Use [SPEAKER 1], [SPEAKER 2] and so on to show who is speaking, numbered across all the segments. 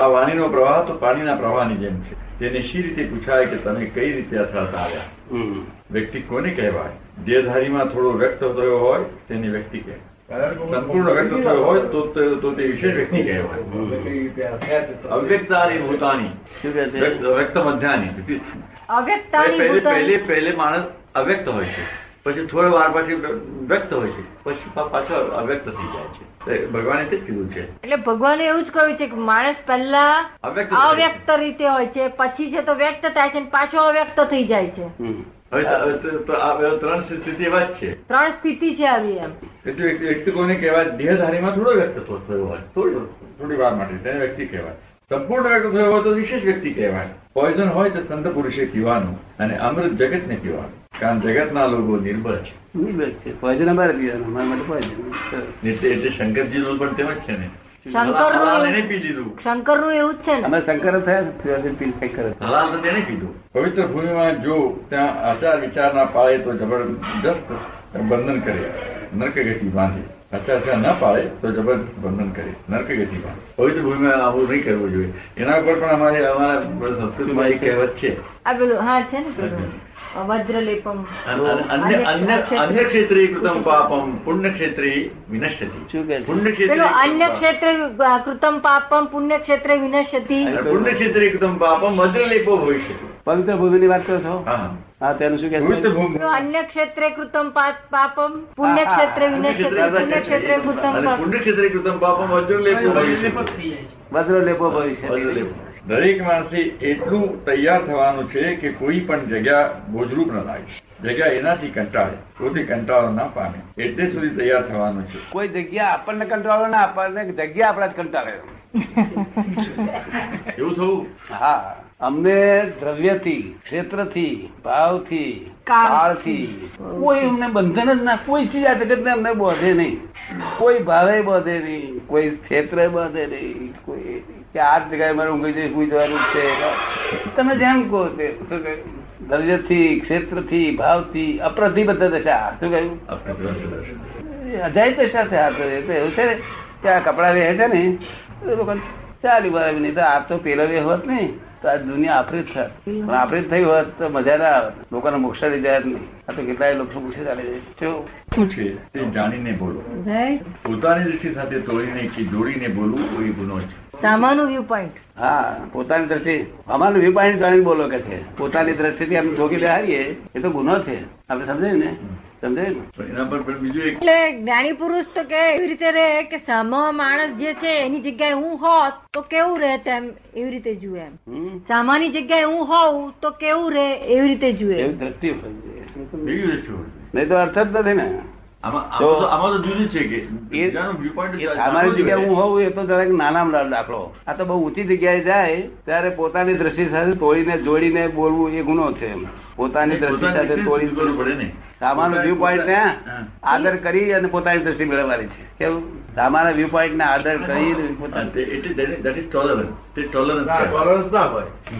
[SPEAKER 1] આ વાણીનો પ્રવાહ તો પાણીના પ્રવાહની જેમ છે તેને શી રીતે પૂછાય કે તમે કઈ રીતે અથડાતા આવ્યા
[SPEAKER 2] હમ.
[SPEAKER 1] વ્યક્તિ કોને કહેવાય દેહધારીમાં થોડો વ્યક્ત થયો હોય તેને વ્યક્તિ કહેવાય સંપૂર્ણ વ્યક્ત થયો હોય તો તે- તો તે વિશેષ વ્યક્તિ કહેવાય અવ્યક્તાની ભૂતાની
[SPEAKER 2] શું કહે છે?
[SPEAKER 1] વ્યક્ત વ્યક્ત મધ્યાની
[SPEAKER 3] અવ્યક્તાની
[SPEAKER 1] પહેલે પહેલે
[SPEAKER 3] ભૂતાની
[SPEAKER 1] પહેલે માણસ અવ્યક્ત હોય છે પછી થોડી વાર પછી વ્યક્ત હોય છે પછી પા- પાછો અવ્યક્ત થઈ જાય છે એ ભગવાને તે જ કીધું છે
[SPEAKER 3] એટલે ભગવાને એવું જ કહ્યું છે કે માણસ પહેલા
[SPEAKER 1] અવ્યક્ત
[SPEAKER 3] અવ્યક્ત રીતે હોય છે પછી છે તો વ્યક્ત થાય છે અને પાછો અવ્યક્ત થઈ જાય છે
[SPEAKER 2] હમ.
[SPEAKER 1] હવે તો- હવે તો- તો આ બે ત્રણ સ્થિતિ એવા જ છે
[SPEAKER 3] ત્રણ સ્થિતિ છે આવી એમ
[SPEAKER 1] એટલે વ્યક્તિ- વ્યક્તિ કોને કહેવાય દેહધારીમાં થોડો વ્યક્ત થયો હોય થોડો થોડી વાર માટે તેને વ્યક્તિ કહેવાય સંપૂર્ણ વ્યક્ત થયો હોય તો વિશેષ વ્યક્તિ કહેવાય પોઈઝન હોય તો સંત પુરુષે પીવાનું અને અમૃત જગતને પીવાનું કારણ જગતના લોકો નિર્બળ છે
[SPEAKER 2] નિર્ભય છે પોઈઝન અમારે પીવાનું અમારા માટે પોઈઝન
[SPEAKER 1] એટલે એટલે શંકરજીનું પણ તેમ જ છે ને હલાલ એને
[SPEAKER 3] શંકરનું
[SPEAKER 1] પી લીધું
[SPEAKER 3] શંકરનું એવું જ છે ને
[SPEAKER 2] અમે શંકર જ થયા ને, પીવાથી પી શંકર જ.
[SPEAKER 1] હલાલ તો તેને કીધું પવિત્ર ભૂમિમાં જો ત્યાં આચાર વિચાર ના પાળે તો જબરદસ્ત બંધન કરે નર્ક ગતિ બાંધે આચાર વિચાર ના પાળે તો જબરદસ્ત બંધન કરે નર્ક ગતિ બાંધે પવિત્ર ભૂમિમાં આવું નહીં કરવું જોઈએ એના ઉપર પણ અમારે અમારા સંસ્કૃતિમાં એક કહેવત છે
[SPEAKER 3] આ પેલું હા છે ને પેલું વજ્રલેપમ
[SPEAKER 1] અન- અન- અન્ય અન્ય- અન્ય ક્ષેત્રે કૃતમ પાપમ પુણ્ય ક્ષેત્રે વિનશ્યતિ
[SPEAKER 2] શું કહે છે?
[SPEAKER 1] પુણ્ય ક્ષેત્રે
[SPEAKER 3] પેલું અન્ય ક્ષેત્રે અ, કૃતમ પાપમ પુણ્ય ક્ષેત્રે વિનશ્યતિ
[SPEAKER 1] પુણ્ય ક્ષેત્રે કૃતમ પાપમ વજ્રલેપો ભવિષ્ય
[SPEAKER 2] પવિત્ર ભૂમિની વાત કરો છો
[SPEAKER 1] હા
[SPEAKER 2] હા તેનું શું કે
[SPEAKER 1] પવિત્ર ભૂમિ
[SPEAKER 3] પેલું અન્ય ક્ષેત્રે કૃતમ પા- પાપમ પુણ્ય ક્ષેત્રે વિનશ્યતિ પુણ્ય ક્ષેત્રે કૃતમ
[SPEAKER 1] અને
[SPEAKER 3] પાપમ
[SPEAKER 1] પુણ્ય ક્ષેત્રે કૃતમ પાપમ વજ્રલેપો ભવિષ્ય
[SPEAKER 2] વજ્ર લેપો ભવિષ્ય
[SPEAKER 1] દરેક માણસે એટલું તૈયાર થવાનું છે કે કોઈ પણ જગ્યા બોજરૂપ ન લાગે જગ્યા એનાથી કંટાળે પોતે કંટાળો ના પામે એટલે સુધી તૈયાર થવાનું છે
[SPEAKER 2] કોઈ જગ્યા આપણને કંટાળો ના આપણને જગ્યા આપણા જ કંટાળે
[SPEAKER 1] એવું થવું
[SPEAKER 2] હા અમને દ્રવ્યથી ક્ષેત્રથી ભાવથી
[SPEAKER 3] કાળ.
[SPEAKER 2] કાળથી કોઈ અમને બંધન જ ના કોઈ ચીજ આ જગતને અમને બોધે નહીં કોઈ ભાવે બોધે નહીં કોઈ ક્ષેત્રે બોધે નહીં કોઈ કે આ જ જગ્યાએ મારે ઊંઘી જઈ સુઈ જવાનું જ છે તમે જેમ કહો તે શું કહ્યું? દ્રવ્યથી ક્ષેત્રથી ભાવથી અપ્રતિબદ્ધ દશા શું કહ્યું અજાય દશા છે આ તો એ તો એવું છે ને કે આ કપડા વેહે છે ને એ લોકો ચાલી બરાબર નહીં તો આ તો પેલો વે હોત નહીં તો આ દુનિયા આફરીત થાત પણ આફરીત થઈ હોત તો મજા ના આવત લોકોને મોક્ષ લઈ જાય જ નહીં આ તો કેટલાય લોકો મોક્ષે ચાલી જાય જો
[SPEAKER 1] શું છે તે જાણીને બોલો પોતાની દ્રષ્ટિ સાથે તોડીને કે જોડીને બોલવું એ ગુનો છે
[SPEAKER 3] સામાનું વ્યૂ પોઈન્ટ
[SPEAKER 2] હા પોતાની દ્રષ્ટિ અમારું વિપાણી જાણીને બોલો કે છે પોતાની દ્રષ્ટિથી આપણે જોગી હારીએ એ તો ગુનો છે આપણે સમજાયું ને સમજાયું ને
[SPEAKER 1] પણ એના પર પણ બીજું એક
[SPEAKER 3] એટલે જ્ઞાની પુરુષ તો કે એવી રીતે રહે કે સામા માણસ જે છે એની જગ્યાએ હું હોત તો કેવું રહે તેમ એવી રીતે જુએ એમ
[SPEAKER 2] હમ?
[SPEAKER 3] સામાની જગ્યાએ હું હોઉં તો કેવું રહે એવી રીતે જુએ
[SPEAKER 2] એવી દ્રષ્ટિ હોવી જોઈએ.
[SPEAKER 1] બીજું એક શું?
[SPEAKER 2] નહીં તો અર્થ જ નથી ને
[SPEAKER 1] આમાં આમાં તો- આમાં તો જુદું જ છે કે
[SPEAKER 2] એ-
[SPEAKER 1] બીજાનું viewpoint
[SPEAKER 2] એ
[SPEAKER 1] જ
[SPEAKER 2] અમારી
[SPEAKER 1] જાણવું
[SPEAKER 2] જગ્યાએ
[SPEAKER 1] જોઈએ.
[SPEAKER 2] હું હોઉં એ તો જરાક નાનામાં નાનો દાખલો આ તો બહુ ઊંચી જગ્યાએ જાય ત્યારે પોતાની દ્રષ્ટિ સાથે તોડીને જોડીને બોલવું એ ગુનો છે એમ. પોતાની દ્રષ્ટિ
[SPEAKER 1] પોતાની
[SPEAKER 2] સાથે
[SPEAKER 1] દ્રષ્ટિ
[SPEAKER 2] તોડી
[SPEAKER 1] બોલવું પડે ને
[SPEAKER 2] સામાન્ય વ્યૂ પોઈન્ટ ને
[SPEAKER 1] હા.
[SPEAKER 2] આદર કરી અને પોતાની દ્રષ્ટિ મેળવવાની છે કેવું સામાન્ય વ્યૂ પોઈન્ટ ને આદર કરી અને
[SPEAKER 1] હા,
[SPEAKER 2] પોતાની
[SPEAKER 1] તે- એટલે that is- that is tolerance. તે tolerance કહેવાય.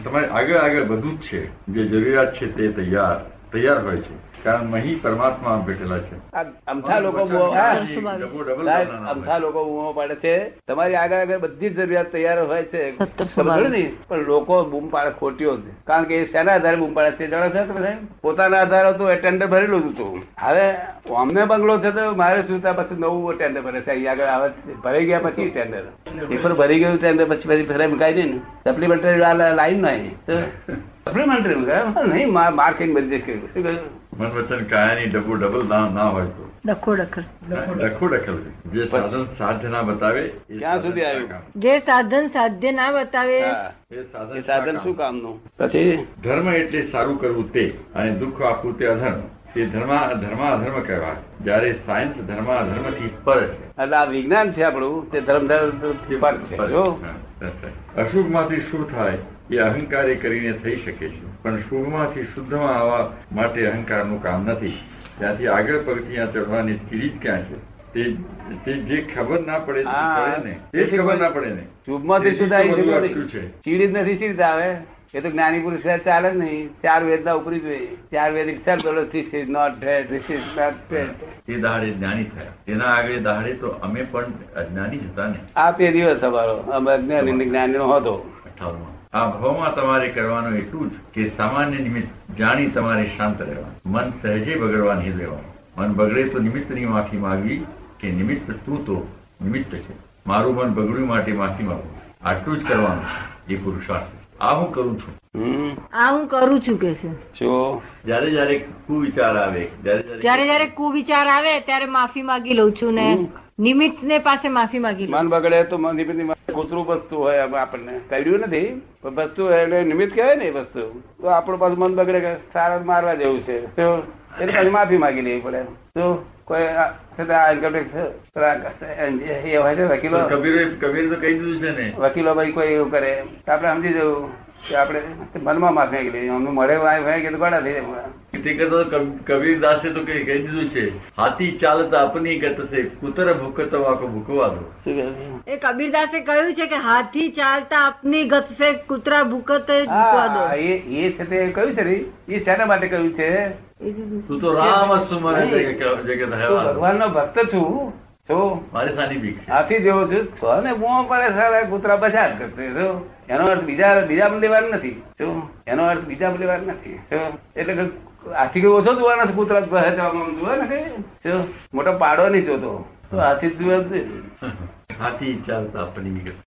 [SPEAKER 1] તમારે આગળ આગળ બધું જ છે જે જરૂરિયાત છે તે તૈયાર તૈયાર હોય છે કારણ મહી પરમાત્મા બેઠેલા છે
[SPEAKER 2] આ અમથા લોકો બહુ- હા.
[SPEAKER 1] ડબો- ડબલ
[SPEAKER 2] સાહેબ,
[SPEAKER 1] કરવાના
[SPEAKER 2] અમથા લોકો બૂમો પાડે છે તમારી આગળ આગળ બધી જ જરૂરિયાત તૈયાર હોય છે
[SPEAKER 3] સત્તર
[SPEAKER 2] સમજો ને પણ લોકો બૂમ પાડે ખોટીઓ છે કારણ કે એ શેના આધારે બૂમ પાડે છે જાણો છો તમે સાહેબ પોતાના આધારે હતું એ ટેન્ડર ભરેલું જ હતું હવે અમને બંગલો છે તો મારે શું ત્યાં પછી નવું ટેન્ડર ભરે છે અહીંયા આગળ આવે છે. ભરાઈ ગયા પછી ટેન્ડર પેપર ભરી ગયું ટેન્ડર પછી પછી ભરાઈ મુકાઈ દે ને સપ્લિમેન્ટરી લાઈન નહીં સપ્લિમેન્ટરી નહીં માર્કેટ બધી જશે શું કહ્યું
[SPEAKER 1] મન વચન કાયાની ડબો ડબલ ના ના હોય તો
[SPEAKER 3] ડખો ડખર
[SPEAKER 1] લખો ડખલ જે સાધન સાધના બતાવે એ
[SPEAKER 2] ક્યાં સુધી
[SPEAKER 1] સાધન
[SPEAKER 2] આવ્યું?
[SPEAKER 3] જે સાધન સાધ્ય ના બતાવે
[SPEAKER 2] હા.
[SPEAKER 1] એ સાધન
[SPEAKER 2] એ સાધન શું કામનું પછી
[SPEAKER 1] ધર્મ એટલે સારું કરવું તે અને દુઃખ આપવું તે અધર્મ તે ધર્મા ધર્મા અધર્મ કહેવાય જ્યારે સાયન્સ ધર્મા અધર્મ થી પર છે
[SPEAKER 2] એટલે આ વિજ્ઞાન છે આપણું તે ધર્મ ધર્મ પર છે જો
[SPEAKER 1] અશુભ માંથી શુભ થાય એ અહંકારે કરીને થઈ શકે છે પણ શુભમાંથી શુદ્ધમાં આવવા માટે અહંકારનું કામ નથી ત્યાંથી આગળ પગથિયાં ચઢવાની સીડી જ ક્યાં છે તે- તે જે ખબર ના પડે તે
[SPEAKER 2] હા.
[SPEAKER 1] પડે ને તે જ ખબર ના પડે ને
[SPEAKER 2] શુભમાંથી
[SPEAKER 1] તેથી
[SPEAKER 2] શુદ્ધ આવી
[SPEAKER 1] તો બધું
[SPEAKER 2] શકે
[SPEAKER 1] અટક્યું
[SPEAKER 2] નહીં. ચીડી જ નથી ચીડતા આવે એ તો જ્ઞાની પુરુષ સિવાય ચાલે જ નહીં ચાર વેદના ઉપરી જોઈએ ચાર વેદ ચાર બોલો this is not that this is not that
[SPEAKER 1] એ દાડે જ્ઞાની થયા એના આગળ દાડે તો અમે પણ અજ્ઞાની જ હતા ને
[SPEAKER 2] આ તે દિવસ તમારો અમે અજ્ઞાની ને જ્ઞાનીનો હતો
[SPEAKER 1] અઠાવનમાં આ ભાવમાં તમારે કરવાનું એટલું જ કે સામાન્ય નિમિત્ત જાણી તમારે શાંત રહેવાનું મન સહેજે બગડવા નહીં દેવાનું મન બગડે તો નિમિત્તની માફી માંગવી કે નિમિત્ત તું તો નિમિત્ત છે મારું મન બગડ્યું માટે માફી માંગુ આટલું જ કરવાનું છે એ પુરુષાર્થ આ હું કરું છું
[SPEAKER 2] હમ
[SPEAKER 3] આ હું કરું છું કે છે
[SPEAKER 2] જો
[SPEAKER 1] જ્યારે જ્યારે કુવિચાર આવે જ્યારે
[SPEAKER 3] જ્યારે
[SPEAKER 1] જ્યારે
[SPEAKER 3] જ્યારે કુવિચાર આવે ત્યારે માફી માંગી લઉં છું ને
[SPEAKER 2] હમ.
[SPEAKER 3] નિમિત્ત ને પાસે માફી માંગી લઉં
[SPEAKER 2] મન બગડે તો મન ધીમે ધીમે કૂતરું બસતું હોય આમ આપણને કર્યું નથી પણ બસતું હોય એટલે નિમિત્ત કહેવાય ને એ વસ્તુ તો આપણું પાછું મન બગડે કે સારા મારવા જેવું છે તો એની પાછી માફી માગી લેવી પડે તો કોઈ આ- છતાં આ income tax, એ હોય છે વકીલો
[SPEAKER 1] તો કબીરે કબીર તો કહી દીધું છે ને
[SPEAKER 2] વકીલો ભાઈ કોઈ એવું કરે તો આપણે સમજી જવું કે આપણે મનમાં માફી માગી લેવી અમને મળે વાય ભાઈ કે તો ગોડા થઈ જાય
[SPEAKER 1] તે કરતા તો કબ- કબીરદાસે તો કઈ કહી દીધું છે હાથી ચાલતા આપની ગત છે કૂતર ભૂકતો આખો ભૂકવા દો
[SPEAKER 2] શું કહે
[SPEAKER 3] એ કબીરદાસે કહ્યું છે કે હાથી ચાલતા આપની ગત સે કૂતરા ભૂકતે ઝૂકવા દો
[SPEAKER 2] હા, એ એ છે તે કહ્યું છે ને એ શેના માટે કહ્યું છે
[SPEAKER 1] તું તો રામ સુમરે જગત જગત હેવા
[SPEAKER 2] ભગવાન નો ભક્ત છું છું
[SPEAKER 1] મારે સાની બીક છે
[SPEAKER 2] હાથી જેવો છું તો ને મોં પડે સારા કૂતરા બજાર કરશે જો એનો અર્થ બીજા બીજા પણ લેવાનું નથી જો એનો અર્થ બીજા પણ લેવાનું નથી જો એટલે કે હાથી કઈ ઓછો જોવાનો છે કૂતરા બહાર જવામાં જુએ ને કઈ જો મોટો પાડો નહીં જોતો તો હાથી જ જુએ જ છે.
[SPEAKER 1] હાથી ચાલતા આપની વિગત